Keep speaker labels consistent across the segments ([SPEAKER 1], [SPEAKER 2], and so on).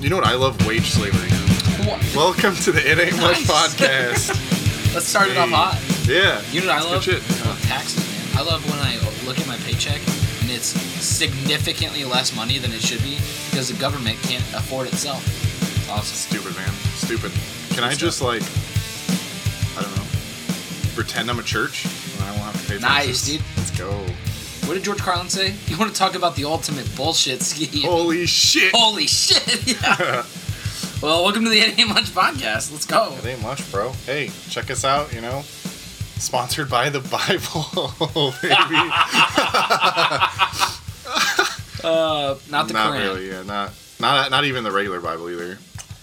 [SPEAKER 1] You know what? I love wage slavery. Welcome to the It Ain't Much
[SPEAKER 2] Nice.
[SPEAKER 1] podcast.
[SPEAKER 2] Let's start it off
[SPEAKER 1] Hey.
[SPEAKER 2] hot.
[SPEAKER 1] Yeah.
[SPEAKER 2] You know what I love?
[SPEAKER 1] That's good shit.
[SPEAKER 2] I love taxes, man. I love when I look at my paycheck and it's significantly less money than it should be because the government can't afford itself. It's awesome.
[SPEAKER 1] Stupid, man. Stupid. Can I
[SPEAKER 2] Stupid.
[SPEAKER 1] just, like, I don't know, pretend I'm a church? And I won't have to pay taxes?
[SPEAKER 2] Nice, dude.
[SPEAKER 1] Let's go.
[SPEAKER 2] What did George Carlin say? You want to talk about the ultimate bullshit scheme?
[SPEAKER 1] Holy shit.
[SPEAKER 2] Holy shit! Yeah. well, welcome to the It Ain't Much podcast. Let's go.
[SPEAKER 1] It ain't much, bro. Hey, check us out, you know. Sponsored by the Bible, baby.
[SPEAKER 2] Uh, not the
[SPEAKER 1] not
[SPEAKER 2] Koran.
[SPEAKER 1] really, yeah. Not, not not even the regular Bible either.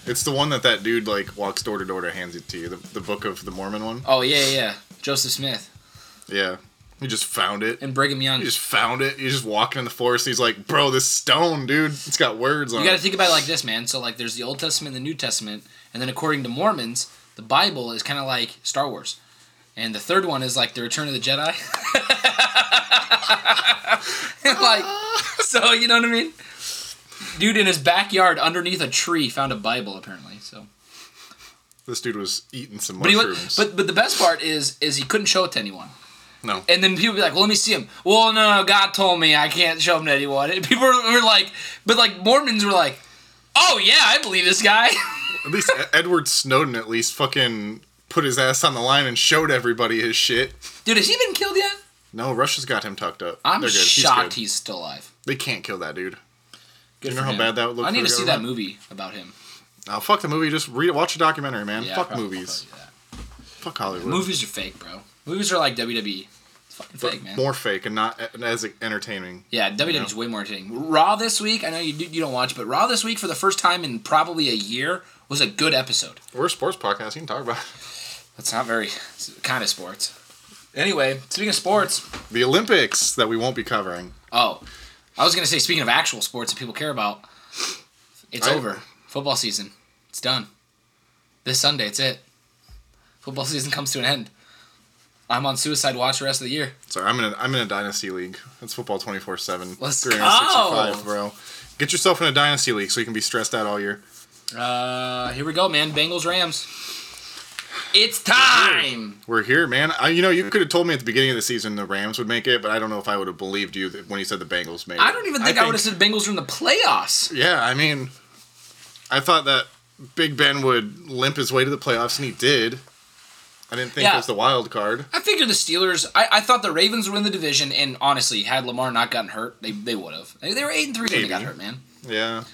[SPEAKER 1] It's the one that that dude, like, walks door to door to hands it to you. The, the Book of the Mormon one.
[SPEAKER 2] Oh yeah, yeah, yeah. Joseph Smith
[SPEAKER 1] Yeah. He just found it.
[SPEAKER 2] and Brigham Young.
[SPEAKER 1] He just found it. He's just walking in the forest. He's like, bro, this stone, dude. It's got words on
[SPEAKER 2] You got to
[SPEAKER 1] it.
[SPEAKER 2] think about it like this, man. So like, there's the Old Testament, and the New Testament, and then according to Mormons, the Bible is kind of like Star Wars, and the third one is like the Return of the Jedi. And, like, so you know what I mean? Dude in his backyard, underneath a tree, found a Bible apparently. So,
[SPEAKER 1] This dude was eating some
[SPEAKER 2] but he went,
[SPEAKER 1] mushrooms.
[SPEAKER 2] but but the best part is is he couldn't show it to anyone.
[SPEAKER 1] no.
[SPEAKER 2] And then people be like, "Well, let me see him." Well, no, no, God told me I can't show him to anyone. And people were, were like, but like Mormons were like, "Oh yeah, I believe this guy."
[SPEAKER 1] At least E- Edward Snowden at least fucking put his ass on the line and showed everybody his shit.
[SPEAKER 2] Dude, has he been killed yet?
[SPEAKER 1] No, Russia's got him tucked up.
[SPEAKER 2] I'm
[SPEAKER 1] They're good.
[SPEAKER 2] shocked
[SPEAKER 1] He's good.
[SPEAKER 2] he's still alive.
[SPEAKER 1] They can't kill that dude.
[SPEAKER 2] Good
[SPEAKER 1] you
[SPEAKER 2] for
[SPEAKER 1] know how
[SPEAKER 2] him.
[SPEAKER 1] bad that would look
[SPEAKER 2] I need
[SPEAKER 1] for
[SPEAKER 2] to
[SPEAKER 1] the
[SPEAKER 2] see that
[SPEAKER 1] government?
[SPEAKER 2] movie about him.
[SPEAKER 1] Oh, fuck the movie. Just read, watch a documentary, man.
[SPEAKER 2] Yeah,
[SPEAKER 1] fuck
[SPEAKER 2] probably-
[SPEAKER 1] movies.
[SPEAKER 2] probably do
[SPEAKER 1] Fuck Hollywood.
[SPEAKER 2] that. Movies are fake, bro. Movies are like WWE. It's fucking
[SPEAKER 1] But
[SPEAKER 2] fake, man.
[SPEAKER 1] More fake and not a- as entertaining.
[SPEAKER 2] yeah, WWE's way more entertaining. Raw this week, I know you do, you don't watch, but Raw this week for the first time in probably a year was a good episode.
[SPEAKER 1] We're a sports podcast. You can talk about it.
[SPEAKER 2] That's not very kind of sports. Anyway, speaking of sports,
[SPEAKER 1] the Olympics that we won't be covering.
[SPEAKER 2] Oh, I was gonna say. Speaking of actual sports that people care about, it's
[SPEAKER 1] I-
[SPEAKER 2] over. Football season, it's done. This Sunday, it's it. Football season comes to an end. I'm on suicide watch the rest of the year.
[SPEAKER 1] Sorry, I'm in a I'm in a dynasty league. It's football 24 seven.
[SPEAKER 2] Let's go.
[SPEAKER 1] bro. Get yourself in a dynasty league so you can be stressed out all year.
[SPEAKER 2] Uh, here we go, man. Bengals Rams. It's time.
[SPEAKER 1] We're here, man. I, you know, you could have told me at the beginning of the season the Rams would make it, but I don't know if I would have believed you that when you said the Bengals made it.
[SPEAKER 2] I don't even think I, would have said Bengals are in the playoffs.
[SPEAKER 1] Yeah, I mean, I thought that Big Ben would limp his way to the playoffs, and he did. I didn't think
[SPEAKER 2] Yeah.
[SPEAKER 1] it was the wild card.
[SPEAKER 2] I figured the Steelers. I, I thought the Ravens would win the division, and honestly, had Lamar not gotten hurt, they, they would have. They, they were eight and three when they
[SPEAKER 1] Maybe.
[SPEAKER 2] got hurt, man.
[SPEAKER 1] Yeah,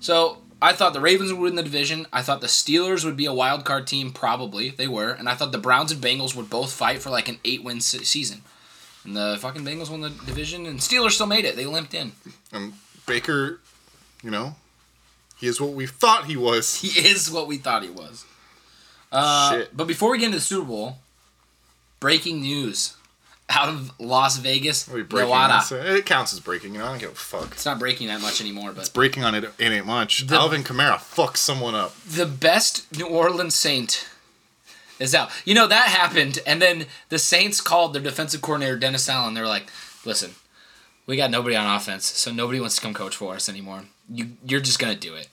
[SPEAKER 2] So I thought the Ravens would win the division. I thought the Steelers would be a wild card team, probably they were, and I thought the Browns and Bengals would both fight for like an eight win se- season. And the fucking Bengals won the division, and Steelers still made it. They limped in.
[SPEAKER 1] and Baker, you know, he is what we thought he was.
[SPEAKER 2] He is what we thought he was. Uh,
[SPEAKER 1] Shit.
[SPEAKER 2] But before we get into the Super Bowl, breaking news out of Las Vegas,
[SPEAKER 1] Are we breaking
[SPEAKER 2] Nevada.
[SPEAKER 1] this? It counts as breaking. You know, I don't give a fuck.
[SPEAKER 2] It's not breaking that much anymore, but
[SPEAKER 1] Breaking on it, it ain't much.
[SPEAKER 2] The-
[SPEAKER 1] Alvin Kamara fucks someone up.
[SPEAKER 2] the best New Orleans Saint is out. You know that happened, and then the Saints called their defensive coordinator Dennis Allen. They're like, "Listen, we got nobody on offense, so nobody wants to come coach for us anymore. You, you're just gonna do it."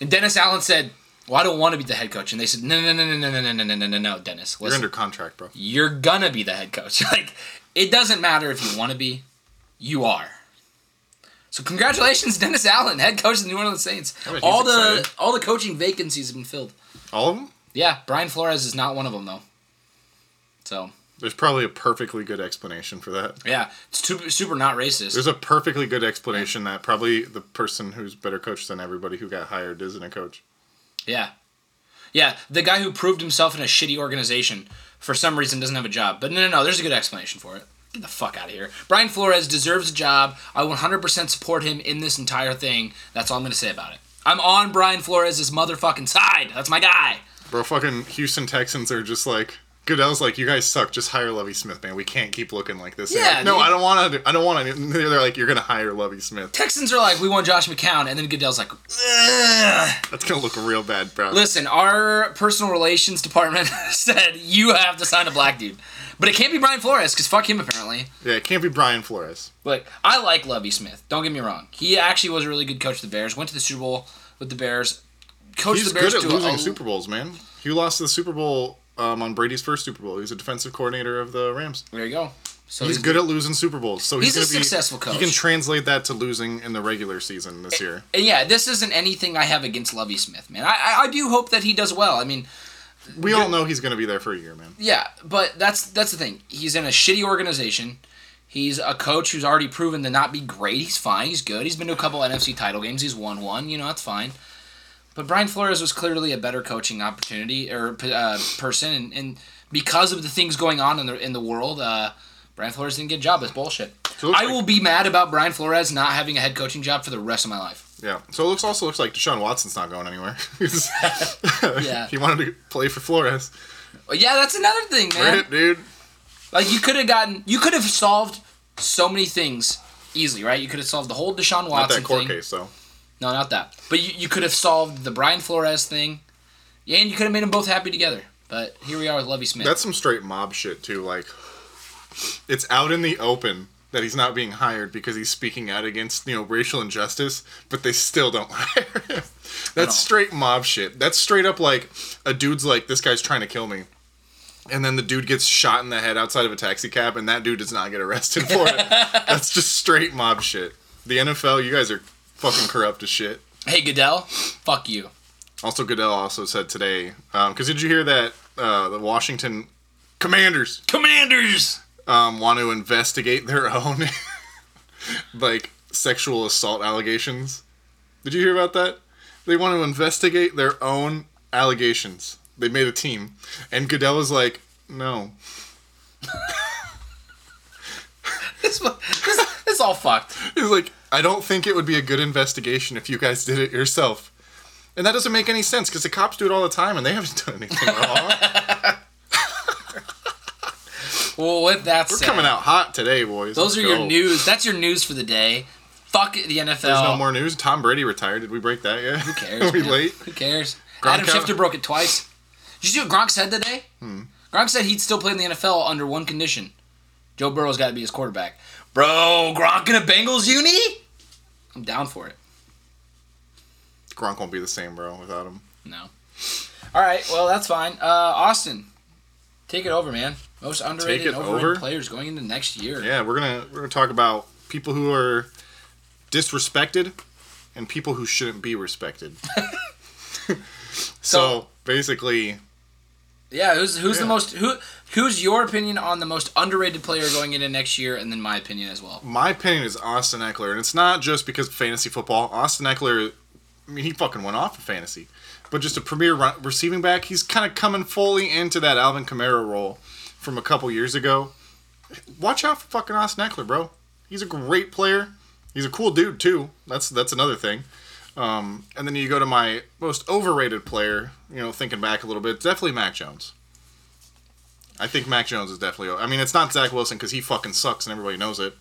[SPEAKER 2] And Dennis Allen said, "Well, I don't want to be the head coach." And they said, "No, no, no, no, no, no, no, no, no, no, no, Dennis,
[SPEAKER 1] You're
[SPEAKER 2] listen,
[SPEAKER 1] under contract, bro.
[SPEAKER 2] you're gonna be the head coach. Like, it doesn't matter if you want to be, you are." So congratulations, Dennis Allen, head coach of the New Orleans Saints.
[SPEAKER 1] I bet he's
[SPEAKER 2] All the
[SPEAKER 1] excited.
[SPEAKER 2] all the coaching vacancies have been filled.
[SPEAKER 1] All of them.
[SPEAKER 2] Yeah, Brian Flores is not one of them though. So
[SPEAKER 1] There's probably a perfectly good explanation for that.
[SPEAKER 2] yeah, it's super, super not racist.
[SPEAKER 1] There's a perfectly good explanation that probably the person who's better coach than everybody who got hired isn't a coach.
[SPEAKER 2] yeah, yeah, the guy who proved himself in a shitty organization for some reason doesn't have a job. But no, no, no. There's a good explanation for it. Get the fuck out of here. Brian Flores deserves a job. I 100% support him in this entire thing. That's all I'm gonna say about it. I'm on Brian Flores' motherfucking side. That's my guy.
[SPEAKER 1] Bro, fucking Houston Texans are just like Goodell's like, you guys suck. Just hire Lovey Smith, man. We can't keep looking like this. They're
[SPEAKER 2] Yeah,
[SPEAKER 1] like, no,
[SPEAKER 2] dude.
[SPEAKER 1] I don't want to. I don't want to. They're like, you're gonna hire Lovey Smith.
[SPEAKER 2] Texans are like, we want Josh McCown, and then Goodell's like, Ugh.
[SPEAKER 1] That's gonna look real bad, bro.
[SPEAKER 2] Listen, our personal relations department said you have to sign a black dude, but it can't be Brian Flores because fuck him apparently.
[SPEAKER 1] Yeah, it can't be Brian Flores.
[SPEAKER 2] Like I like Lovey Smith. Don't get me wrong. He actually was a really good coach of the Bears. Went to the Super Bowl. with the Bears. Coach
[SPEAKER 1] He's
[SPEAKER 2] the Bears
[SPEAKER 1] good at
[SPEAKER 2] to
[SPEAKER 1] losing
[SPEAKER 2] a, oh,
[SPEAKER 1] Super Bowls, man. He lost the Super Bowl um, on Brady's first Super Bowl. He's a defensive coordinator of the Rams.
[SPEAKER 2] There you go. So
[SPEAKER 1] He's good at losing Super Bowls, so he's,
[SPEAKER 2] Oh, He's a
[SPEAKER 1] gonna be-
[SPEAKER 2] successful coach.
[SPEAKER 1] He can translate that to losing in the regular season this year.
[SPEAKER 2] And yeah, this isn't anything I have against Lovey Smith, man. I, I I do hope that he does well. I mean,
[SPEAKER 1] We all know he's going to be there for a year, man.
[SPEAKER 2] yeah, but that's that's the thing. He's in a shitty organization. He's a coach who's already proven to not be great. He's fine. He's good. He's been to a couple NFC title games. He's won one. You know, that's fine. But Brian Flores was clearly a better coaching opportunity or uh, person, and, and because of the things going on in the in the world, uh, Brian Flores didn't get a job. That's bullshit.
[SPEAKER 1] it looks
[SPEAKER 2] I
[SPEAKER 1] like-
[SPEAKER 2] will be mad about Brian Flores not having a head coaching job for the rest of my life.
[SPEAKER 1] Yeah. So it looks also looks like Deshaun Watson's not going anywhere.
[SPEAKER 2] Yeah.
[SPEAKER 1] He wanted to play for Flores.
[SPEAKER 2] But yeah, that's another thing, man.
[SPEAKER 1] Right, dude.
[SPEAKER 2] Like you could have gotten, you could have solved so many things easily, right? You could have solved the whole Deshaun
[SPEAKER 1] Not
[SPEAKER 2] Watson
[SPEAKER 1] that court
[SPEAKER 2] thing.
[SPEAKER 1] case, though.
[SPEAKER 2] No, not that. But you, you could have solved the Brian Flores thing, yeah, and you could have made them both happy together. But here we are with Lovey Smith.
[SPEAKER 1] That's some straight mob shit too. Like, it's out in the open that he's not being hired because he's speaking out against you know racial injustice, but they still don't hire him. That's straight mob shit. That's straight up like a dude's like, this guy's trying to kill me. And then the dude gets shot in the head outside of a taxi cab, and that dude does not get arrested for it. That's just straight mob shit. The NFL, you guys are fucking corrupt as shit.
[SPEAKER 2] hey Goodell, fuck you.
[SPEAKER 1] Also, Goodell also said today, because did you hear that uh, the Washington Commanders
[SPEAKER 2] Commanders.
[SPEAKER 1] um, want to investigate their own like sexual assault allegations. Did you hear about that? They want to investigate their own allegations. They made a team, and Goodell was like, "No,
[SPEAKER 2] This, one- this, this all fucked.
[SPEAKER 1] He's like, I don't think it would be a good investigation if you guys did it yourself. And that doesn't make any sense because the cops do it all the time and they haven't done anything wrong.
[SPEAKER 2] Well, with that
[SPEAKER 1] We're
[SPEAKER 2] said,
[SPEAKER 1] coming out hot today, boys.
[SPEAKER 2] those are
[SPEAKER 1] Let's go.
[SPEAKER 2] your news. That's your news for the day. Fuck the NFL.
[SPEAKER 1] There's no more news. Tom Brady retired. Did we break that yet? Who
[SPEAKER 2] cares,
[SPEAKER 1] are we
[SPEAKER 2] man?
[SPEAKER 1] late?
[SPEAKER 2] Who cares?
[SPEAKER 1] Gronk
[SPEAKER 2] Adam
[SPEAKER 1] out- Hmm.
[SPEAKER 2] Schefter broke it twice. Did you see what Gronk said today? Gronk said he'd still play in the NFL under one condition: Joe Burrow's got to be his quarterback. Bro, Gronk in a Bengals uni? I'm down for it.
[SPEAKER 1] Gronk won't be the same, bro, without him.
[SPEAKER 2] No. All right, well that's fine. Uh, Austin, take it over, man. Most underrated
[SPEAKER 1] Take it
[SPEAKER 2] and overrated
[SPEAKER 1] over?
[SPEAKER 2] players going into next year.
[SPEAKER 1] Yeah, we're gonna we're gonna talk about people who are disrespected and people who shouldn't be respected. so
[SPEAKER 2] So-
[SPEAKER 1] basically,
[SPEAKER 2] Yeah, who's who's the
[SPEAKER 1] Yeah.
[SPEAKER 2] most who who's your opinion on the most underrated player going into next year, and then my opinion as well.
[SPEAKER 1] my opinion is Austin Eckler, and it's not just because of fantasy football. Austin Eckler, I mean, he fucking went off in fantasy, but just a premier run, receiving back. He's kind of coming fully into that Alvin Kamara role from a couple years ago. Watch out for fucking Austin Eckler, bro. He's a great player. He's a cool dude too. That's that's another thing. Um, and then you go to my most overrated player. You know, thinking back a little bit, definitely Mac Jones. I think Mac Jones is definitely. o- I mean, it's not Zach Wilson because he fucking sucks and everybody knows it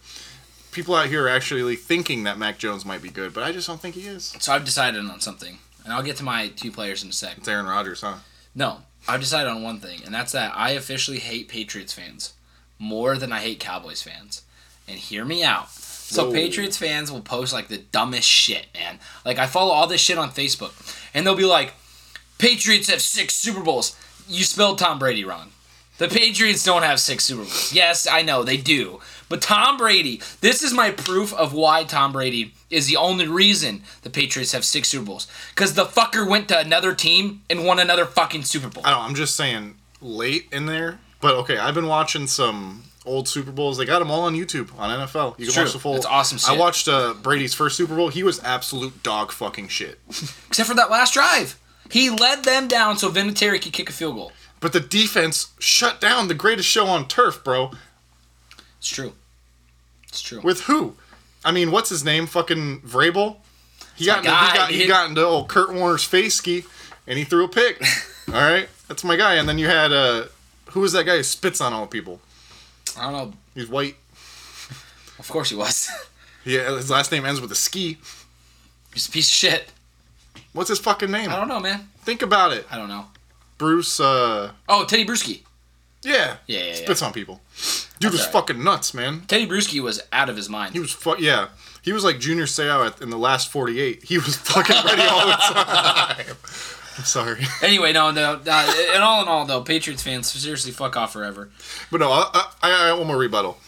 [SPEAKER 1] people out here are actually thinking that Mac Jones might be good, but I just don't think he is.
[SPEAKER 2] So I've decided on something, and I'll get to my two players in a sec.
[SPEAKER 1] It's Aaron Rodgers, huh?
[SPEAKER 2] No, I've decided on one thing, and that's that I officially hate Patriots fans more than I hate Cowboys fans. And hear me out. So
[SPEAKER 1] Whoa.
[SPEAKER 2] Patriots fans will post like the dumbest shit, man. Like I follow all this shit on Facebook, and they'll be like, "Patriots have six Super Bowls." You spelled Tom Brady wrong. The Patriots don't have six Super Bowls. Yes, I know they do. But Tom Brady, this is my proof of why Tom Brady is the only reason the Patriots have six Super Bowls. Because the fucker went to another team and won another fucking Super Bowl.
[SPEAKER 1] I don't. I'm just saying late in there, but okay. I've been watching some old Super Bowls. They got them all on YouTube on NFL. You can
[SPEAKER 2] true.
[SPEAKER 1] watch the full.
[SPEAKER 2] It's awesome
[SPEAKER 1] I
[SPEAKER 2] shit.
[SPEAKER 1] watched uh, Brady's first Super Bowl. He was absolute dog fucking shit.
[SPEAKER 2] Except for that last drive. He led them down so Vinatieri could kick a field goal.
[SPEAKER 1] But the defense shut down the greatest show on turf, bro.
[SPEAKER 2] It's true. It's true.
[SPEAKER 1] With who? I mean, what's his name? Fucking Vrabel. He got,
[SPEAKER 2] my
[SPEAKER 1] into, he
[SPEAKER 2] guy,
[SPEAKER 1] got he
[SPEAKER 2] dude.
[SPEAKER 1] got into old Kurt Warner's face ski, and he threw a pick. all right, that's my guy. And then you had uh, who was that guy who spits on all people?
[SPEAKER 2] I don't know.
[SPEAKER 1] He's white.
[SPEAKER 2] Of course he was.
[SPEAKER 1] Yeah, his last name ends with a ski.
[SPEAKER 2] He's a piece of shit.
[SPEAKER 1] What's his fucking name?
[SPEAKER 2] I don't know, man.
[SPEAKER 1] Think about it.
[SPEAKER 2] I don't know.
[SPEAKER 1] Bruce. uh
[SPEAKER 2] Oh, Teddy Bruschi.
[SPEAKER 1] Yeah.
[SPEAKER 2] Yeah, yeah, yeah.
[SPEAKER 1] Spits on people. Dude was
[SPEAKER 2] all right.
[SPEAKER 1] fucking nuts, man.
[SPEAKER 2] Teddy Bruschi was out of his mind.
[SPEAKER 1] He was fu- yeah. He was like Junior Seau at- in the last 48. He was fucking ready all the time. I'm sorry.
[SPEAKER 2] Anyway, no, no, no. And all in all, though, Patriots fans, seriously, fuck off forever.
[SPEAKER 1] But no, I, I, I got one more rebuttal.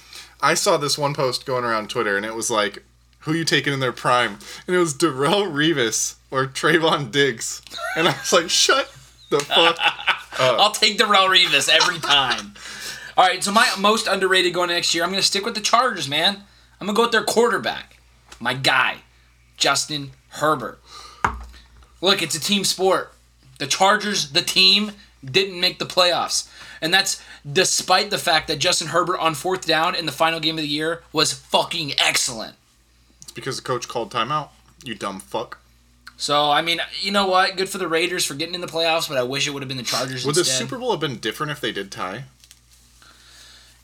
[SPEAKER 1] I saw this one post going around Twitter, and it was like, "Who you taking in their prime?" And it was Darrell Revis or Trayvon Diggs, and I was like, "Shut the fuck!"
[SPEAKER 2] I'll take Darrell Revis every time. All right, so my most underrated going next year, I'm going to stick with the Chargers, man. I'm going to go with their quarterback, my guy, Justin Herbert. Look, it's a team sport. The Chargers, the team, didn't make the playoffs. And that's despite the fact that Justin Herbert on fourth down in the final game of the year was fucking excellent.
[SPEAKER 1] It's because the coach called timeout. You dumb fuck.
[SPEAKER 2] So, I mean, you know what? Good for the Raiders for getting in the playoffs, but I wish it would have been the Chargers
[SPEAKER 1] Would the
[SPEAKER 2] instead.
[SPEAKER 1] Super Bowl have been different if they did tie?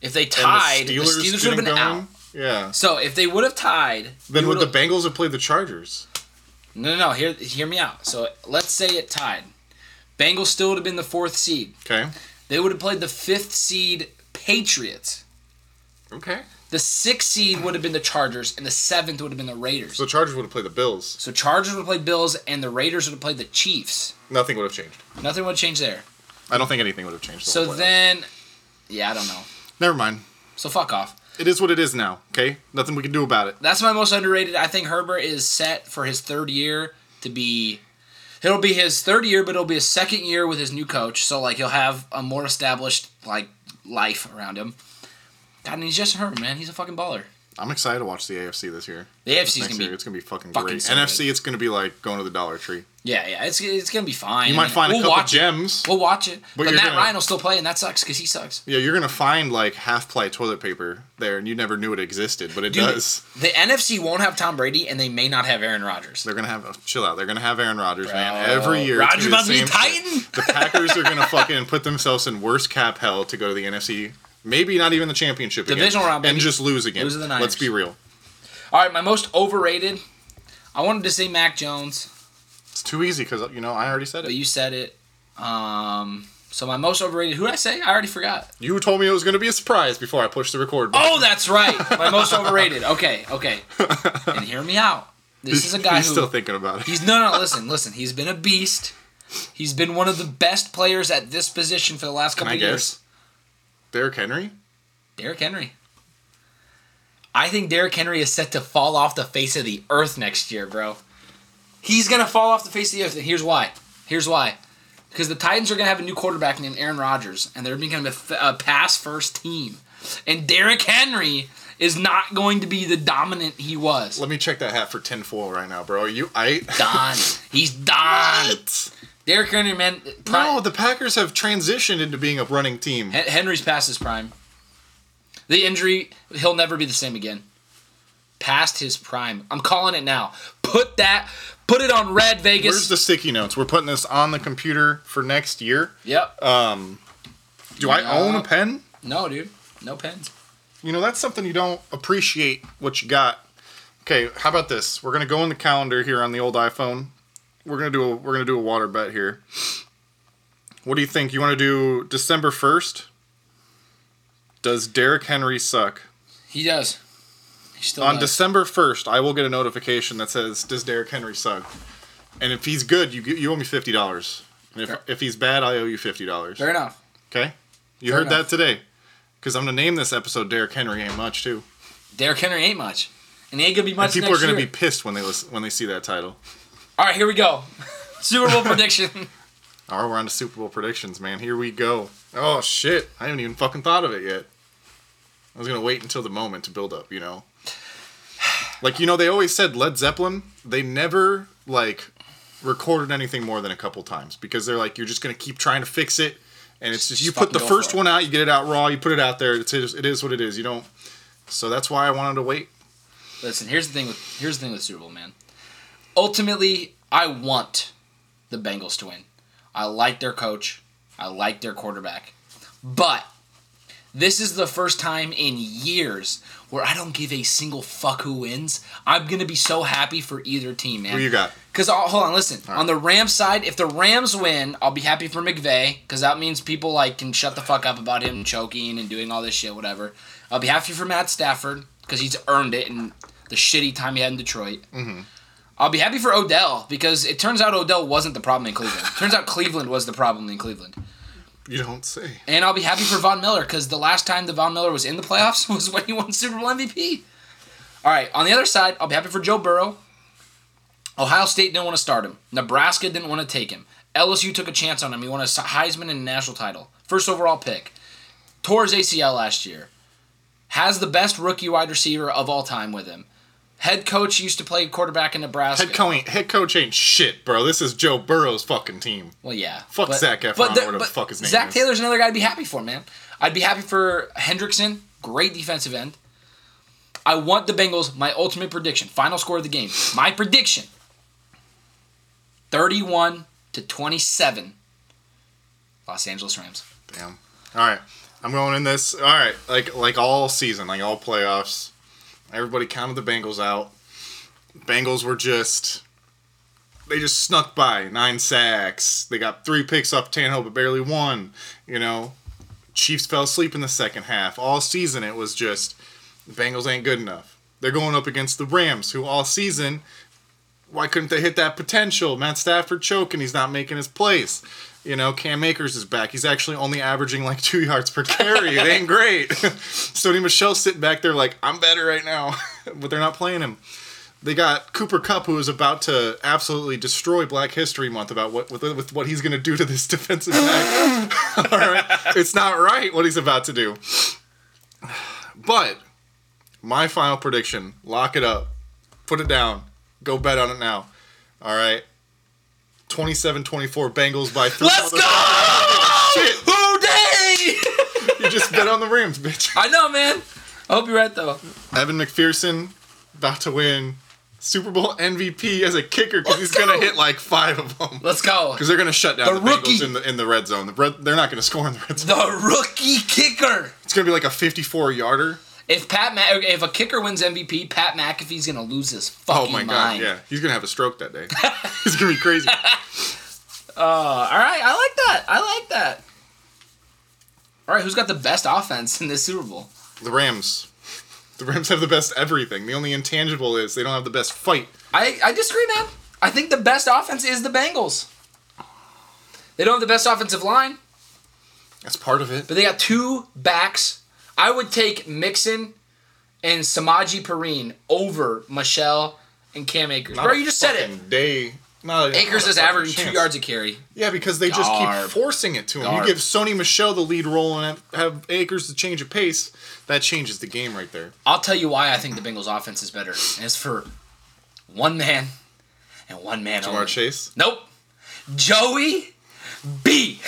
[SPEAKER 2] if they
[SPEAKER 1] And
[SPEAKER 2] tied, the Steelers, would have
[SPEAKER 1] didn't
[SPEAKER 2] been
[SPEAKER 1] go
[SPEAKER 2] out.
[SPEAKER 1] in? Yeah.
[SPEAKER 2] So if they would have tied,
[SPEAKER 1] Then
[SPEAKER 2] we
[SPEAKER 1] would the
[SPEAKER 2] would've-
[SPEAKER 1] Bengals have played the Chargers?
[SPEAKER 2] no, no, no, hear hear me out. So let's say it tied. Bengals still would have been the fourth seed.
[SPEAKER 1] Okay.
[SPEAKER 2] They would have played the fifth seed Patriots.
[SPEAKER 1] Okay.
[SPEAKER 2] The sixth seed would have been the Chargers, and the seventh would have been the Raiders.
[SPEAKER 1] So the Chargers would have played the Bills.
[SPEAKER 2] So Chargers would have played Bills, and the Raiders would have played the Chiefs.
[SPEAKER 1] Nothing would have changed.
[SPEAKER 2] Nothing would change there.
[SPEAKER 1] I don't think anything would have changed. the
[SPEAKER 2] So
[SPEAKER 1] whole playoffs.
[SPEAKER 2] then, yeah, I don't know.
[SPEAKER 1] never mind.
[SPEAKER 2] So fuck off.
[SPEAKER 1] It is what it is now. Okay. Nothing we can do about it.
[SPEAKER 2] That's my most underrated. I think Herbert is set for his third year to be. It'll be his third year, but it'll be his second year with his new coach. So like he'll have a more established like life around him. God, and he's Justin Herbert, man. He's a fucking baller.
[SPEAKER 1] I'm excited to watch the AFC this year.
[SPEAKER 2] The AFC's
[SPEAKER 1] next
[SPEAKER 2] gonna
[SPEAKER 1] year.
[SPEAKER 2] be
[SPEAKER 1] It's gonna be fucking,
[SPEAKER 2] fucking
[SPEAKER 1] great.
[SPEAKER 2] so
[SPEAKER 1] NFC, it's gonna be like going to the Dollar Tree.
[SPEAKER 2] yeah, yeah. It's it's gonna be fine.
[SPEAKER 1] You might find a couple
[SPEAKER 2] watch it.
[SPEAKER 1] gems.
[SPEAKER 2] We'll watch it. But,
[SPEAKER 1] you're
[SPEAKER 2] Matt
[SPEAKER 1] gonna-
[SPEAKER 2] Ryan will still play, and that sucks because he sucks.
[SPEAKER 1] Yeah, you're gonna find like half ply toilet paper there, and you never knew it existed, but it
[SPEAKER 2] Dude,
[SPEAKER 1] does.
[SPEAKER 2] the NFC won't have Tom Brady, and they may not have Aaron Rodgers.
[SPEAKER 1] They're gonna have oh, chill out. They're gonna have Aaron Rodgers, man.
[SPEAKER 2] Bro.
[SPEAKER 1] Every year,
[SPEAKER 2] Rodgers
[SPEAKER 1] it's gonna
[SPEAKER 2] about to be
[SPEAKER 1] the same
[SPEAKER 2] Titan?
[SPEAKER 1] shit. The Packers are gonna fucking put themselves in worse cap hell to go to the NFC. Maybe not even the championship
[SPEAKER 2] Divisional
[SPEAKER 1] again,
[SPEAKER 2] round,
[SPEAKER 1] and
[SPEAKER 2] baby.
[SPEAKER 1] just lose again.
[SPEAKER 2] Lose to the Niners.
[SPEAKER 1] Let's be real.
[SPEAKER 2] All right, my most overrated. I wanted to say Mac Jones.
[SPEAKER 1] It's too easy because you know I already said
[SPEAKER 2] but
[SPEAKER 1] it.
[SPEAKER 2] you said it. Um, so my most overrated. Who did I say? I already forgot.
[SPEAKER 1] You told me it was gonna be a surprise before I pushed the record. button.
[SPEAKER 2] Oh, that's right. My most overrated. Okay, okay. And hear me out. Oh, This is a guy
[SPEAKER 1] He's
[SPEAKER 2] who
[SPEAKER 1] still thinking about it.
[SPEAKER 2] he's no no. Listen, listen. He's been a beast. He's been one of the best players at this position for the last
[SPEAKER 1] Can
[SPEAKER 2] couple
[SPEAKER 1] I
[SPEAKER 2] of years.
[SPEAKER 1] guess? Derrick Henry.
[SPEAKER 2] Derrick Henry. I think Derrick Henry is set to fall off the face of the earth next year, bro. He's gonna fall off the face of the earth, and here's why. Here's why. Because the Titans are gonna have a new quarterback named Aaron Rodgers, and they're becoming a, f- a pass-first team. And Derrick Henry is not going to be the dominant he was.
[SPEAKER 1] Let me check that hat for tinfoil right now, bro. Are you I
[SPEAKER 2] Done. He's done.
[SPEAKER 1] What?
[SPEAKER 2] Derrick Henry, man. Pri-
[SPEAKER 1] No, the Packers have transitioned into being a running team.
[SPEAKER 2] Hen- Henry's past his prime. The injury, he'll never be the same again. Past his prime. I'm calling it now. Put that, put it on red, Vegas.
[SPEAKER 1] Where's the sticky notes? We're putting this on the computer for next year.
[SPEAKER 2] yep.
[SPEAKER 1] Um do I own a pen?
[SPEAKER 2] no, dude. No pens.
[SPEAKER 1] You know, that's something you don't appreciate what you got. Okay, how about this? We're gonna go in the calendar here on the old iPhone. We're gonna do a we're gonna do a water bet here. What do you think? You wanna do December first? Does Derrick Henry suck?
[SPEAKER 2] He does. He still
[SPEAKER 1] On
[SPEAKER 2] does.
[SPEAKER 1] December 1st, I will get a notification that says, Does Derrick Henry suck? And if he's good, you, you owe me $50. And if,
[SPEAKER 2] Fair.
[SPEAKER 1] if he's bad, I owe you $50.
[SPEAKER 2] Fair enough.
[SPEAKER 1] Okay? You
[SPEAKER 2] Fair
[SPEAKER 1] heard
[SPEAKER 2] enough.
[SPEAKER 1] that today. Because I'm going to name this episode Derrick Henry Ain't Much, too.
[SPEAKER 2] Derrick Henry ain't much. And he ain't going to be
[SPEAKER 1] And
[SPEAKER 2] much
[SPEAKER 1] people are
[SPEAKER 2] next
[SPEAKER 1] going to
[SPEAKER 2] year.
[SPEAKER 1] be pissed when they listen, when they see that title.
[SPEAKER 2] All right, here we go. Super Bowl prediction.
[SPEAKER 1] All right, we're on to Super Bowl predictions, man. Here we go. Oh, shit. I haven't even fucking thought of it yet. I was going to wait until the moment to build up, you know? Like, you know, they always said Led Zeppelin, they never, like, recorded anything more than a couple times because they're like, you're just going to keep trying to fix it. And it's just,
[SPEAKER 2] Just
[SPEAKER 1] you put
[SPEAKER 2] fucking
[SPEAKER 1] the
[SPEAKER 2] go
[SPEAKER 1] first
[SPEAKER 2] for it.
[SPEAKER 1] one out, you get it out raw, you put it out there. It's, it is what it is. You don't. So that's why I wanted to wait.
[SPEAKER 2] Listen, here's the thing with here's the thing with Super Bowl, man. Ultimately, I want the Bengals to win. I like their coach. I like their quarterback. But This is the first time in years where I don't give a single fuck who wins. I'm gonna be so happy for either team, man.
[SPEAKER 1] Who you got?
[SPEAKER 2] Because hold on, listen. On the Rams side, if the Rams win, I'll be happy for McVay because that means people like can shut the fuck up about him choking and doing all this shit, whatever. I'll be happy for Matt Stafford because he's earned it in the shitty time he had in Detroit. I'll be happy for Odell because it turns out Odell wasn't the problem in Cleveland. turns out Cleveland was the problem in Cleveland.
[SPEAKER 1] You don't say.
[SPEAKER 2] And I'll be happy for Von Miller because the last time the Von Miller was in the playoffs was when he won Super Bowl MVP. All right, on the other side, I'll be happy for Joe Burrow. Ohio State didn't want to start him. Nebraska didn't want to take him. LSU took a chance on him. He won a Heisman and a national title. First overall pick. Tore his ACL last year. Has the best rookie wide receiver of all time with him. Head coach used to play quarterback in Nebraska.
[SPEAKER 1] Head coach, ain't, head coach ain't shit, bro. This is Joe Burrow's fucking team.
[SPEAKER 2] Well, yeah.
[SPEAKER 1] Fuck Zac Efron,
[SPEAKER 2] there-
[SPEAKER 1] whatever the fuck his name
[SPEAKER 2] Zach
[SPEAKER 1] is.
[SPEAKER 2] Taylor's another guy to be happy for, man. I'd be happy for Hendrickson, great defensive end. I want the Bengals. My ultimate prediction, final score of the game. My prediction: thirty-one to twenty-seven. Los Angeles Rams.
[SPEAKER 1] Damn. All right, I'm going in this. All right, like like all season, like all playoffs, everybody counted the Bengals out. Bengals were just they just snuck by nine sacks. They got three picks off Tannehill, but barely one. You know, Chiefs fell asleep in the second half. All season, it was just the Bengals ain't good enough. They're going up against the Rams, who all season. Why couldn't they hit that potential? Matt Stafford choking. He's not making his plays. You know, Cam Akers is back. He's actually only averaging like two yards per carry. it ain't great. Sony Michelle's sitting back there like, I'm better right now, but they're not playing him. They got Cooper Cup, who is about to absolutely destroy Black History Month about what with, with what he's going to do to this defensive back. All right, it's not right what he's about to do. But my final prediction: lock it up, put it down, go bet on it now. All right, 27-24 Bengals by three.
[SPEAKER 2] Let's go!
[SPEAKER 1] Shit,
[SPEAKER 2] Hooray!
[SPEAKER 1] you just bet on the Rams, bitch.
[SPEAKER 2] I know, man. I hope you're right though.
[SPEAKER 1] Evan McPherson about to win Super Bowl MVP as a kicker because he's
[SPEAKER 2] Let's
[SPEAKER 1] gonna
[SPEAKER 2] go.
[SPEAKER 1] hit like five of them.
[SPEAKER 2] Let's go.
[SPEAKER 1] Because they're going to shut down
[SPEAKER 2] The
[SPEAKER 1] the,
[SPEAKER 2] rookie.
[SPEAKER 1] Bengals in the in the red zone. The red, they're not going to score in the red zone.
[SPEAKER 2] The rookie kicker.
[SPEAKER 1] It's going to be like a 54 yarder.
[SPEAKER 2] If Pat, Ma- if a kicker wins MVP, Pat McAfee's gonna lose his
[SPEAKER 1] Oh
[SPEAKER 2] fucking
[SPEAKER 1] my god!
[SPEAKER 2] mind.
[SPEAKER 1] Yeah, he's going to have a stroke that day. He's going to be crazy.
[SPEAKER 2] All right, I like that. I like that. All right, who's got the best offense in this Super Bowl?
[SPEAKER 1] The Rams. The Rams have the best everything. The only intangible is they don't have the best fight.
[SPEAKER 2] I, I disagree, man. I think the best offense is the Bengals. They don't have the best offensive line,
[SPEAKER 1] That's part of it.
[SPEAKER 2] but they got two backs. I would take Mixon and Samaji Perine over Michelle and Cam Akers. Bro, you just said it.
[SPEAKER 1] Day. Not a, not
[SPEAKER 2] Akers
[SPEAKER 1] a
[SPEAKER 2] is
[SPEAKER 1] fucking
[SPEAKER 2] averaging two
[SPEAKER 1] chance.
[SPEAKER 2] yards a carry.
[SPEAKER 1] Yeah, because they just
[SPEAKER 2] Yarb.
[SPEAKER 1] keep forcing it to him.
[SPEAKER 2] Yarb.
[SPEAKER 1] You give Sony Michelle the lead role and have, have Akers the change of pace. That changes the game right there.
[SPEAKER 2] I'll tell you why I think the Bengals offense is better. And it's for one man and one man
[SPEAKER 1] Jamar
[SPEAKER 2] only.
[SPEAKER 1] Chase.
[SPEAKER 2] Nope. Joey B.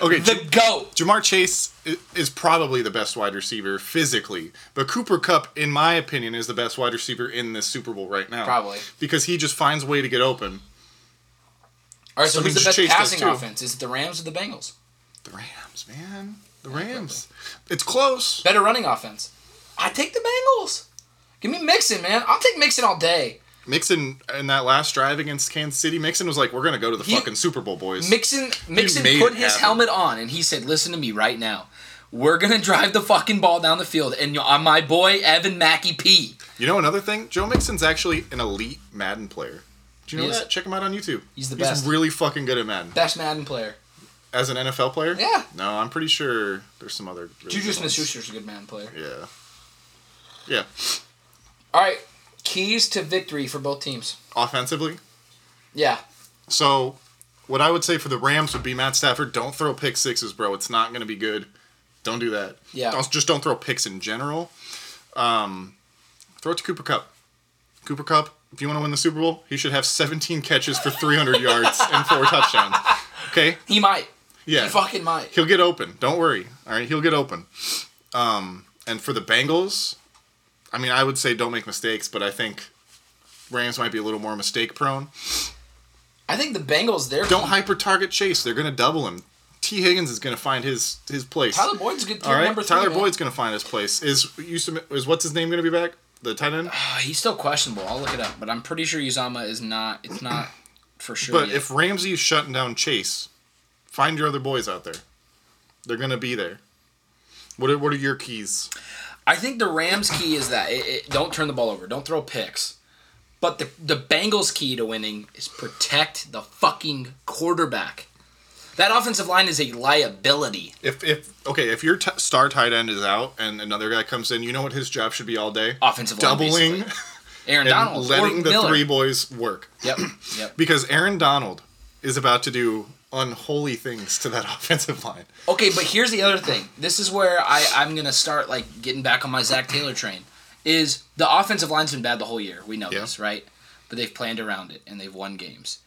[SPEAKER 1] Okay,
[SPEAKER 2] The GOAT.
[SPEAKER 1] Jamar Chase i- is probably the best wide receiver physically, but Cooper Cup, in my opinion, is the best wide receiver in this Super Bowl right now.
[SPEAKER 2] Probably.
[SPEAKER 1] Because he just finds a way to get open.
[SPEAKER 2] All right, so,
[SPEAKER 1] So
[SPEAKER 2] who's
[SPEAKER 1] who
[SPEAKER 2] the best
[SPEAKER 1] chased those
[SPEAKER 2] passing
[SPEAKER 1] two?
[SPEAKER 2] offense? Is it the Rams or the Bengals?
[SPEAKER 1] The Rams, man. The Rams. It's close.
[SPEAKER 2] Better running offense. I take the Bengals. Give me Mixon, man. I'll take Mixon all day.
[SPEAKER 1] Mixon, in that last drive against Kansas City, Mixon was like, we're going to go to the
[SPEAKER 2] He-
[SPEAKER 1] fucking Super Bowl, boys.
[SPEAKER 2] Mixon Mixon
[SPEAKER 1] made
[SPEAKER 2] put
[SPEAKER 1] it
[SPEAKER 2] his
[SPEAKER 1] happen.
[SPEAKER 2] helmet on and he said, "Listen to me right now. We're going to drive the fucking ball down the field and you- on my boy Evan Mackey P.
[SPEAKER 1] you know another thing? Joe Mixon's actually an elite Madden player. Do you know
[SPEAKER 2] He is.
[SPEAKER 1] that? Check him out on YouTube.
[SPEAKER 2] He's the
[SPEAKER 1] He's
[SPEAKER 2] best.
[SPEAKER 1] really fucking good at Madden.
[SPEAKER 2] Best Madden player.
[SPEAKER 1] As an NFL player?
[SPEAKER 2] Yeah.
[SPEAKER 1] No, I'm pretty sure there's some other. really
[SPEAKER 2] Juju
[SPEAKER 1] good ones.
[SPEAKER 2] Smith-Schuster's a good Madden player.
[SPEAKER 1] Yeah. Yeah.
[SPEAKER 2] All right, keys to victory for both teams.
[SPEAKER 1] Offensively,
[SPEAKER 2] Yeah.
[SPEAKER 1] So, what I would say for the Rams would be Matt Stafford, don't throw pick sixes, bro. It's not going to be good. Don't do that.
[SPEAKER 2] Yeah.
[SPEAKER 1] Don't- just don't throw picks in general. Um, throw it to Cooper Cup. Cooper Cup, if you want to win the Super Bowl, he should have 17 catches for 300 yards and four touchdowns. Okay?
[SPEAKER 2] He might.
[SPEAKER 1] Yeah.
[SPEAKER 2] He fucking might.
[SPEAKER 1] He'll get open. Don't worry. All right, he'll get open. Um, and for the Bengals, I mean, I would say don't make mistakes, but I think Rams might be a little more mistake prone.
[SPEAKER 2] I think the Bengals they're
[SPEAKER 1] Don't hyper target Chase. They're gonna double him. T. Higgins is going to find his his place.
[SPEAKER 3] Tyler Boyd's good.
[SPEAKER 1] All right,
[SPEAKER 3] number three,
[SPEAKER 1] Tyler
[SPEAKER 3] man.
[SPEAKER 1] Boyd's going to find his place. Is you submit, is what's his name going to be back? The tight end.
[SPEAKER 2] Uh, he's still questionable. I'll look it up, but I'm pretty sure Uzama is not. It's not for sure.
[SPEAKER 1] But
[SPEAKER 2] yet.
[SPEAKER 1] if Ramsey is shutting down Chase, find your other boys out there. They're going to be there. What are, what are your keys?
[SPEAKER 2] I think the Rams' key is that it, it, don't turn the ball over, don't throw picks. But the the Bengals' key to winning is protect the fucking quarterback. That offensive line is a liability.
[SPEAKER 1] If if okay, if your t- star tight end is out and another guy comes in, you know what his job should be all day?
[SPEAKER 2] Offensive line,
[SPEAKER 1] doubling
[SPEAKER 2] Uh, basically. Aaron
[SPEAKER 1] and
[SPEAKER 2] Donald,
[SPEAKER 1] letting
[SPEAKER 2] or
[SPEAKER 1] the
[SPEAKER 2] Miller.
[SPEAKER 1] three boys work.
[SPEAKER 2] Yep, yep.
[SPEAKER 1] Because Aaron Donald is about to do unholy things to that offensive line.
[SPEAKER 2] Okay, but here's the other thing. This is where I, I'm gonna start like getting back on my Zach Taylor train. Is the offensive line's been bad the whole year. We know
[SPEAKER 1] Yeah.
[SPEAKER 2] this, right? But they've planned around it and they've won games.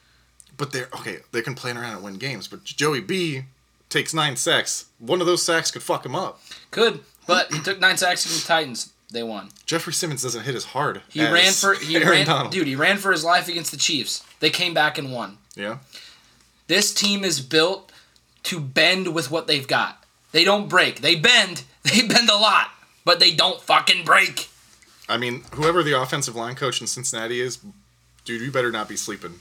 [SPEAKER 1] But they're okay, they can plan around and win games, but Joey B takes nine sacks. One of those sacks could fuck him up.
[SPEAKER 2] Good. But he took nine sacks against the Titans. They won.
[SPEAKER 1] Jeffrey Simmons doesn't hit as hard.
[SPEAKER 2] He
[SPEAKER 1] as
[SPEAKER 2] ran for he
[SPEAKER 1] Aaron
[SPEAKER 2] ran
[SPEAKER 1] Donald.
[SPEAKER 2] dude, he ran for his life against the Chiefs. They came back and won.
[SPEAKER 1] Yeah.
[SPEAKER 2] This team is built to bend with what they've got. They don't break. They bend. They bend a lot, but they don't fucking break.
[SPEAKER 1] I mean, whoever the offensive line coach in Cincinnati is, dude, you better not be sleeping.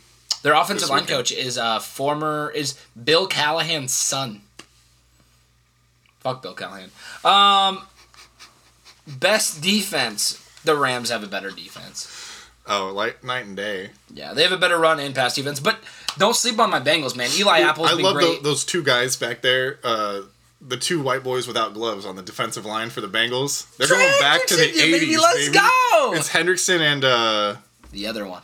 [SPEAKER 2] Their offensive
[SPEAKER 1] This
[SPEAKER 2] line
[SPEAKER 1] weekend.
[SPEAKER 2] coach is uh former is Bill Callahan's son. Fuck Bill Callahan. Um best defense. The Rams have a better defense.
[SPEAKER 1] Oh, like night and day.
[SPEAKER 2] Yeah, they have a better run and pass defense, but don't sleep on my Bengals, man. Eli Apple's
[SPEAKER 1] I
[SPEAKER 2] been
[SPEAKER 1] love
[SPEAKER 2] great.
[SPEAKER 1] tho- those two guys back there. Uh, the two white boys without gloves on the defensive line for the Bengals. They're going back to the
[SPEAKER 2] Hendrickson, you
[SPEAKER 1] '80s.
[SPEAKER 2] baby, let's
[SPEAKER 1] baby.
[SPEAKER 2] go!
[SPEAKER 1] It's Hendrickson and uh,
[SPEAKER 2] the other one.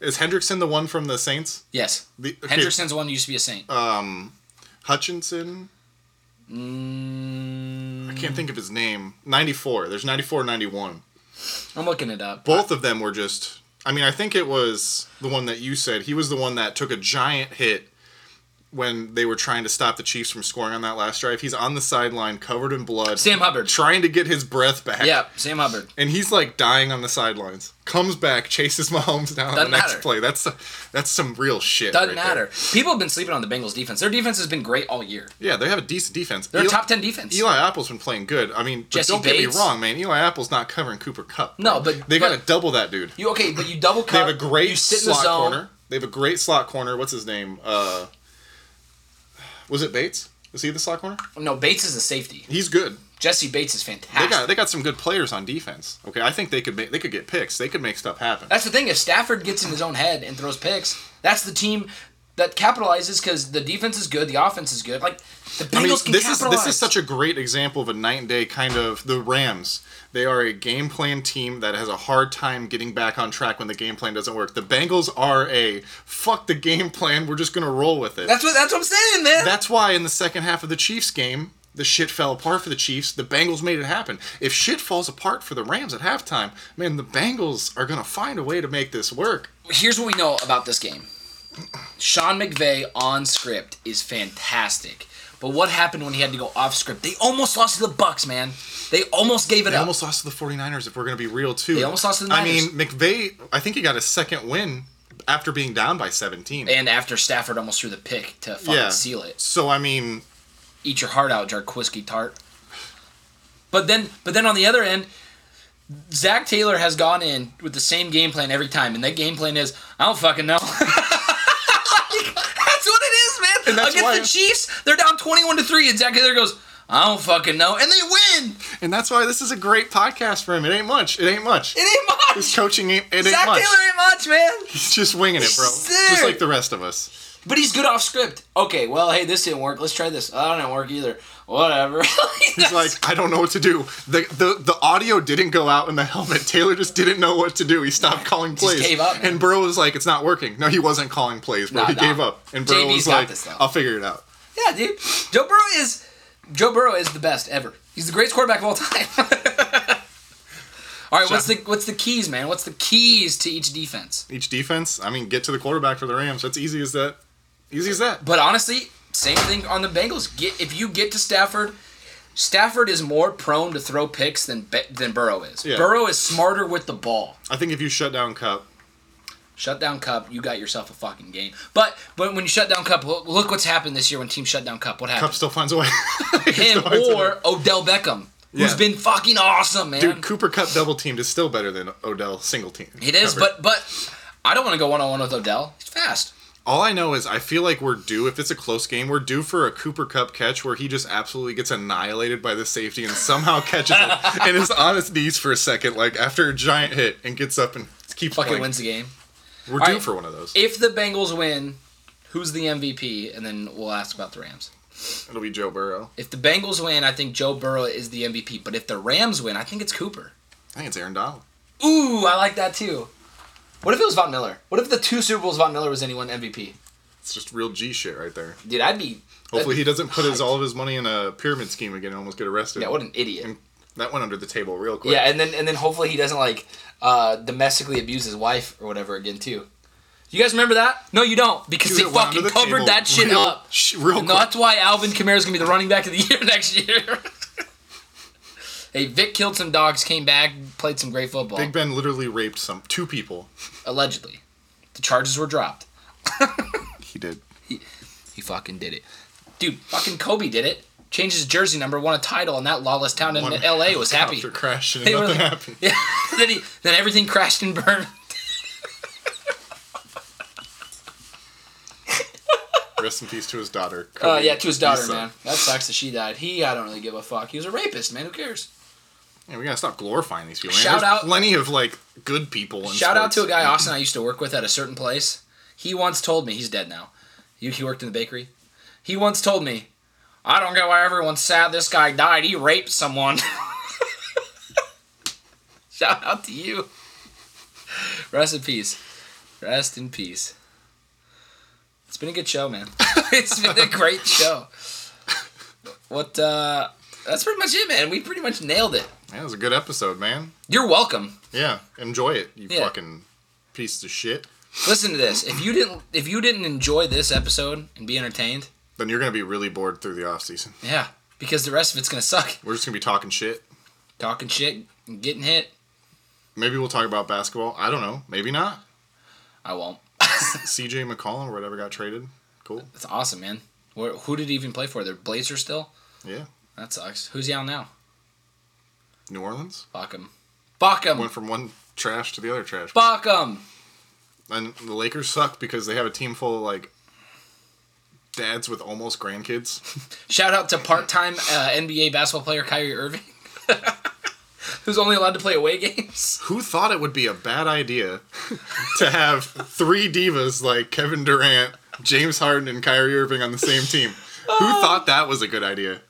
[SPEAKER 1] is Hendrickson the one from the Saints?
[SPEAKER 2] Yes.
[SPEAKER 1] The, okay,
[SPEAKER 2] Henderson's one used to be a Saint.
[SPEAKER 1] Um, Hutchinson.
[SPEAKER 2] Mm,
[SPEAKER 1] I can't think of his name. '94. There's '94, '91.
[SPEAKER 2] I'm looking it up.
[SPEAKER 1] both of them were just i mean i think it was the one that you said he was the one that took a giant hit when they were trying to stop the chiefs from scoring on that last drive he's on the sideline covered in blood
[SPEAKER 2] Sam Hubbard.
[SPEAKER 1] trying to get his breath back
[SPEAKER 2] Yeah, Sam Hubbard.
[SPEAKER 1] and he's like dying on the sidelines comes back chases mahomes down on
[SPEAKER 2] Doesn't
[SPEAKER 1] the next
[SPEAKER 2] matter.
[SPEAKER 1] play that's that's some real shit right
[SPEAKER 2] Doesn't
[SPEAKER 1] there.
[SPEAKER 2] matter. People have been sleeping on the Bengals defense. Their defense has been great all year.
[SPEAKER 1] yeah they have a decent defense
[SPEAKER 2] They're a
[SPEAKER 1] Eli-
[SPEAKER 2] top ten defense.
[SPEAKER 1] Eli Apple's been playing good. I mean, but
[SPEAKER 2] Jesse
[SPEAKER 1] don't get
[SPEAKER 2] Bates.
[SPEAKER 1] me wrong, man. Eli Apple's not covering Cooper Cup.
[SPEAKER 2] No, but-
[SPEAKER 1] they
[SPEAKER 2] but-
[SPEAKER 1] got to double that dude.
[SPEAKER 2] You okay? But you double
[SPEAKER 1] They
[SPEAKER 2] cut.
[SPEAKER 1] have a great
[SPEAKER 2] you sit in the
[SPEAKER 1] slot
[SPEAKER 2] zone.
[SPEAKER 1] corner. They have a great slot corner. What's his name? Uh, was it Bates? Is he the slot corner?
[SPEAKER 2] No, Bates is a safety.
[SPEAKER 1] He's good.
[SPEAKER 2] Jesse Bates is
[SPEAKER 1] They
[SPEAKER 2] fantastic.
[SPEAKER 1] got they got some good players on defense. Okay, I think they could make they could get picks. They could make stuff happen.
[SPEAKER 2] That's the thing. If Stafford gets in his own head and throws picks, that's the team that capitalizes because the defense is good, the offense is good. Like the Bengals
[SPEAKER 1] I mean,
[SPEAKER 2] can
[SPEAKER 1] this is
[SPEAKER 2] capitalize.
[SPEAKER 1] this is such a great example of a night and day kind of the Rams. They are a game plan team that has a hard time getting back on track when the game plan doesn't work. The Bengals are a fuck the game plan. We're just gonna roll with it.
[SPEAKER 2] That's what that's what I'm saying, man.
[SPEAKER 1] That's why in the second half of the Chiefs game, the shit fell apart for the Chiefs. The Bengals made it happen. If shit falls apart for the Rams at halftime, man, the Bengals are going to find a way to make this work.
[SPEAKER 2] here's what we know about this game. Sean McVay on script is fantastic. But what happened when he had to go off script? They almost lost to the Bucks, man. They almost gave it
[SPEAKER 1] They
[SPEAKER 2] up.
[SPEAKER 1] almost lost to the 49ers, if we're going to be real, too.
[SPEAKER 2] They almost lost to the
[SPEAKER 1] I
[SPEAKER 2] Niners.
[SPEAKER 1] mean, McVay, I think he got his second win after being down by 17.
[SPEAKER 2] and after Stafford almost threw the pick to fucking
[SPEAKER 1] yeah.
[SPEAKER 2] seal it.
[SPEAKER 1] So, I mean,
[SPEAKER 2] eat your heart out, Jarquiski Tart. But then, but then on the other end, Zach Taylor has gone in with the same game plan every time, and that game plan is I don't fucking know. Like, that's what it is, man.
[SPEAKER 1] And that's
[SPEAKER 2] Against
[SPEAKER 1] why-
[SPEAKER 2] the Chiefs, they're down twenty-one to three, and Zach Taylor goes, I don't fucking know, and they win.
[SPEAKER 1] and that's why this is a great podcast for him. It ain't much. It ain't much.
[SPEAKER 2] It ain't much.
[SPEAKER 1] His coaching ain't, it ain't
[SPEAKER 2] Zach
[SPEAKER 1] much.
[SPEAKER 2] Taylor ain't much, man.
[SPEAKER 1] He's just winging it, bro.
[SPEAKER 2] He's
[SPEAKER 1] Just
[SPEAKER 2] there.
[SPEAKER 1] like the rest of us.
[SPEAKER 2] But he's good off script. Okay, well, hey, this didn't work. Let's try this. Oh, that didn't work either. Whatever.
[SPEAKER 1] He's like, I don't know what to do. The, the the audio didn't go out in the helmet. Taylor just didn't know what to do. He stopped calling plays.
[SPEAKER 2] gave up, man.
[SPEAKER 1] And Burrow was like, it's not working. No, he wasn't calling plays, bro.
[SPEAKER 2] Nah,
[SPEAKER 1] he
[SPEAKER 2] nah.
[SPEAKER 1] gave up. And Burrow
[SPEAKER 2] JB's
[SPEAKER 1] was
[SPEAKER 2] got
[SPEAKER 1] like,
[SPEAKER 2] this, though.
[SPEAKER 1] I'll figure it out.
[SPEAKER 2] Yeah, dude. Joe Burrow is Joe Burrow is the best ever. He's the greatest quarterback of all time. all right, what's the what's the keys, man? What's the keys to each defense?
[SPEAKER 1] Each defense, I mean, get to the quarterback for the Rams. That's easy as that. Easy as that.
[SPEAKER 2] But honestly, same thing on the Bengals. Get if you get to Stafford, Stafford is more prone to throw picks than Be- than Burrow is.
[SPEAKER 1] Yeah.
[SPEAKER 2] Burrow is smarter with the ball.
[SPEAKER 1] I think if you shut down Cup,
[SPEAKER 2] Shut down Cup, you got yourself a fucking game. But but when you shut down Cup, look, look what's happened this year when team shut down Cup. What
[SPEAKER 1] Cup
[SPEAKER 2] happened?
[SPEAKER 1] still finds a way. He
[SPEAKER 2] Him
[SPEAKER 1] still finds a way.
[SPEAKER 2] or Odell Beckham, who's
[SPEAKER 1] Yeah.
[SPEAKER 2] been fucking awesome, man.
[SPEAKER 1] Dude, Cooper Cup double teamed is still better than Odell single team.
[SPEAKER 2] it is, but but I don't want to go one on one with Odell. He's fast.
[SPEAKER 1] all I know is I feel like we're due. If it's a close game, we're due for a Cooper Cup catch where he just absolutely gets annihilated by the safety and somehow catches it and is on his knees for a second, like after a giant hit, and gets up and keeps
[SPEAKER 2] Fucking
[SPEAKER 1] playing.
[SPEAKER 2] wins the game.
[SPEAKER 1] We're
[SPEAKER 2] All
[SPEAKER 1] due
[SPEAKER 2] right.
[SPEAKER 1] for one of those.
[SPEAKER 2] If the Bengals win, who's the MVP? And then we'll ask about the Rams.
[SPEAKER 1] It'll be Joe Burrow.
[SPEAKER 2] If the Bengals win, I think Joe Burrow is the MVP. But if the Rams win, I think it's Cooper.
[SPEAKER 1] I think it's Aaron Donald.
[SPEAKER 2] Ooh, I like that too. What if it was Von Miller? What if the two Super Bowls Von Miller was anyone MVP?
[SPEAKER 1] It's just real G shit right there.
[SPEAKER 2] Dude, I'd be.
[SPEAKER 1] Hopefully, he doesn't put his all of his money in a pyramid scheme again and almost get arrested.
[SPEAKER 2] Yeah, what an idiot.
[SPEAKER 1] And that went under the table real quick.
[SPEAKER 2] Yeah, and then and then hopefully he doesn't like uh, domestically abuse his wife or whatever again too. You guys remember that? No, you don't, because
[SPEAKER 1] Dude,
[SPEAKER 2] they
[SPEAKER 1] it went under
[SPEAKER 2] fucking
[SPEAKER 1] the
[SPEAKER 2] covered
[SPEAKER 1] table
[SPEAKER 2] that shit
[SPEAKER 1] real-
[SPEAKER 2] up.
[SPEAKER 1] sh- real
[SPEAKER 2] And
[SPEAKER 1] quick.
[SPEAKER 2] that's why Alvin Kamara's gonna be the running back of the year next year. hey, Vic killed some dogs, came back, played some great football.
[SPEAKER 1] Big Ben literally raped some two people.
[SPEAKER 2] allegedly, the charges were dropped.
[SPEAKER 1] He did.
[SPEAKER 2] He fucking did it, dude. Fucking Kobe did it. Changed his jersey number, won a title, and that lawless town in
[SPEAKER 1] One
[SPEAKER 2] L.A. was happy.
[SPEAKER 1] After crashing, and
[SPEAKER 2] They were
[SPEAKER 1] nothing
[SPEAKER 2] like-
[SPEAKER 1] happened.
[SPEAKER 2] Yeah. then he, then everything crashed and burned.
[SPEAKER 1] Rest in peace to his daughter.
[SPEAKER 2] Uh,
[SPEAKER 1] Kobe
[SPEAKER 2] yeah, to his daughter,
[SPEAKER 1] Isa.
[SPEAKER 2] man. That sucks that she died. He, I don't really give a fuck. He was a rapist, man. Who cares?
[SPEAKER 1] Yeah, we gotta stop glorifying these people. man.
[SPEAKER 2] Shout
[SPEAKER 1] There's
[SPEAKER 2] out-
[SPEAKER 1] plenty of like good people. In
[SPEAKER 2] Shout out to a
[SPEAKER 1] sports.
[SPEAKER 2] guy Austin I used to work with at a certain place. He once told me he's dead now. He, he worked in the bakery. He once told me, I don't get why everyone's sad. This guy died. He raped someone. Shout out to you. Rest in peace. Rest in peace. It's been a good show, man. it's been a great show. What? uh That's pretty much it, man. We pretty much nailed it.
[SPEAKER 1] Yeah, it was a good episode, man.
[SPEAKER 2] You're welcome.
[SPEAKER 1] Yeah, enjoy it, you
[SPEAKER 2] Yeah.
[SPEAKER 1] fucking piece of shit.
[SPEAKER 2] Listen to this. If you didn't, if you didn't enjoy this episode and be entertained,
[SPEAKER 1] Then you're gonna be really bored through the off season.
[SPEAKER 2] yeah, because the rest of it's gonna suck.
[SPEAKER 1] We're just gonna be talking shit.
[SPEAKER 2] Talking shit, and getting hit.
[SPEAKER 1] Maybe we'll talk about basketball. I don't know. Maybe not.
[SPEAKER 2] I won't.
[SPEAKER 1] C.J. McCollum or whatever got traded. Cool.
[SPEAKER 2] That's awesome, man. Where, who did he even play for? They're Blazers still.
[SPEAKER 1] Yeah.
[SPEAKER 2] That sucks. Who's he on now?
[SPEAKER 1] New Orleans
[SPEAKER 2] Fuck him. Fuck him.
[SPEAKER 1] went from one trash to the other trash.
[SPEAKER 2] Fuck him.
[SPEAKER 1] And the Lakers suck because they have a team full of like dads with almost grandkids.
[SPEAKER 2] Shout out to part-time uh, NBA basketball player Kyrie Irving, who's only allowed to play away games.
[SPEAKER 1] Who thought it would be a bad idea to have three divas like Kevin Durant, James Harden, and Kyrie Irving on the same team? Who thought that was a good idea?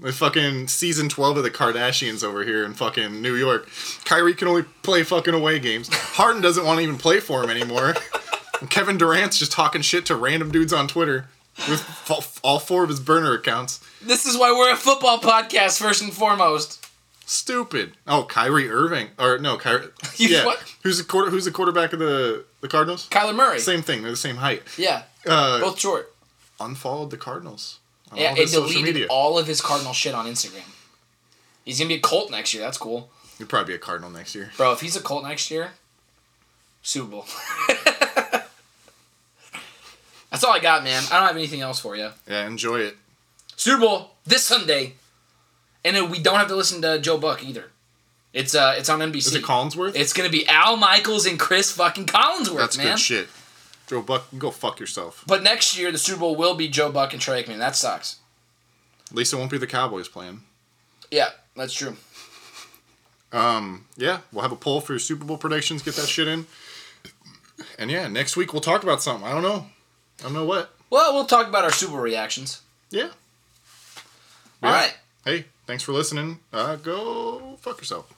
[SPEAKER 1] The fucking season 12 of the Kardashians over here in fucking New York. Kyrie can only play fucking away games. Harden doesn't want to even play for him anymore. And Kevin Durant's just talking shit to random dudes on Twitter with f- all four of his burner accounts.
[SPEAKER 2] This is why we're a football podcast first and foremost.
[SPEAKER 1] Stupid. Oh, Kyrie Irving. Or no, Kyrie.
[SPEAKER 2] You
[SPEAKER 1] yeah.
[SPEAKER 2] what?
[SPEAKER 1] Who's the quarter? Who's the quarterback of the the Cardinals?
[SPEAKER 2] Kyler Murray.
[SPEAKER 1] Same thing. They're the same height.
[SPEAKER 2] Yeah.
[SPEAKER 1] Uh,
[SPEAKER 2] Both short.
[SPEAKER 1] unfollowed the Cardinals on
[SPEAKER 2] Yeah,
[SPEAKER 1] all
[SPEAKER 2] it
[SPEAKER 1] his social
[SPEAKER 2] deleted
[SPEAKER 1] media.
[SPEAKER 2] all of his Cardinal shit on Instagram. He's gonna be a Colt next year. That's cool,
[SPEAKER 1] He'll probably be a Cardinal next year.
[SPEAKER 2] bro. If he's a Colt next year, Super Bowl. That's all I got, man. I don't have anything else for you.
[SPEAKER 1] Yeah, enjoy it.
[SPEAKER 2] Super Bowl this Sunday, and then we don't have to listen to Joe Buck either. It's uh, it's on NBC.
[SPEAKER 1] Is it Collinsworth?
[SPEAKER 2] It's gonna be Al Michaels and Chris fucking Collinsworth,
[SPEAKER 1] That's
[SPEAKER 2] man.
[SPEAKER 1] good shit. Joe Buck, go fuck yourself.
[SPEAKER 2] But next year the Super Bowl will be Joe Buck and Troy Aikman. That sucks.
[SPEAKER 1] At least it won't be the Cowboys playing.
[SPEAKER 2] Yeah, that's true.
[SPEAKER 1] Um, yeah, we'll have a poll for your Super Bowl predictions. Get that shit in. And yeah, next week we'll talk about something. I don't know. I don't know what.
[SPEAKER 2] Well, we'll talk about our Super Bowl reactions.
[SPEAKER 1] Yeah.
[SPEAKER 2] All
[SPEAKER 1] Yeah.
[SPEAKER 2] right.
[SPEAKER 1] Hey, thanks for listening. Uh, go fuck yourself.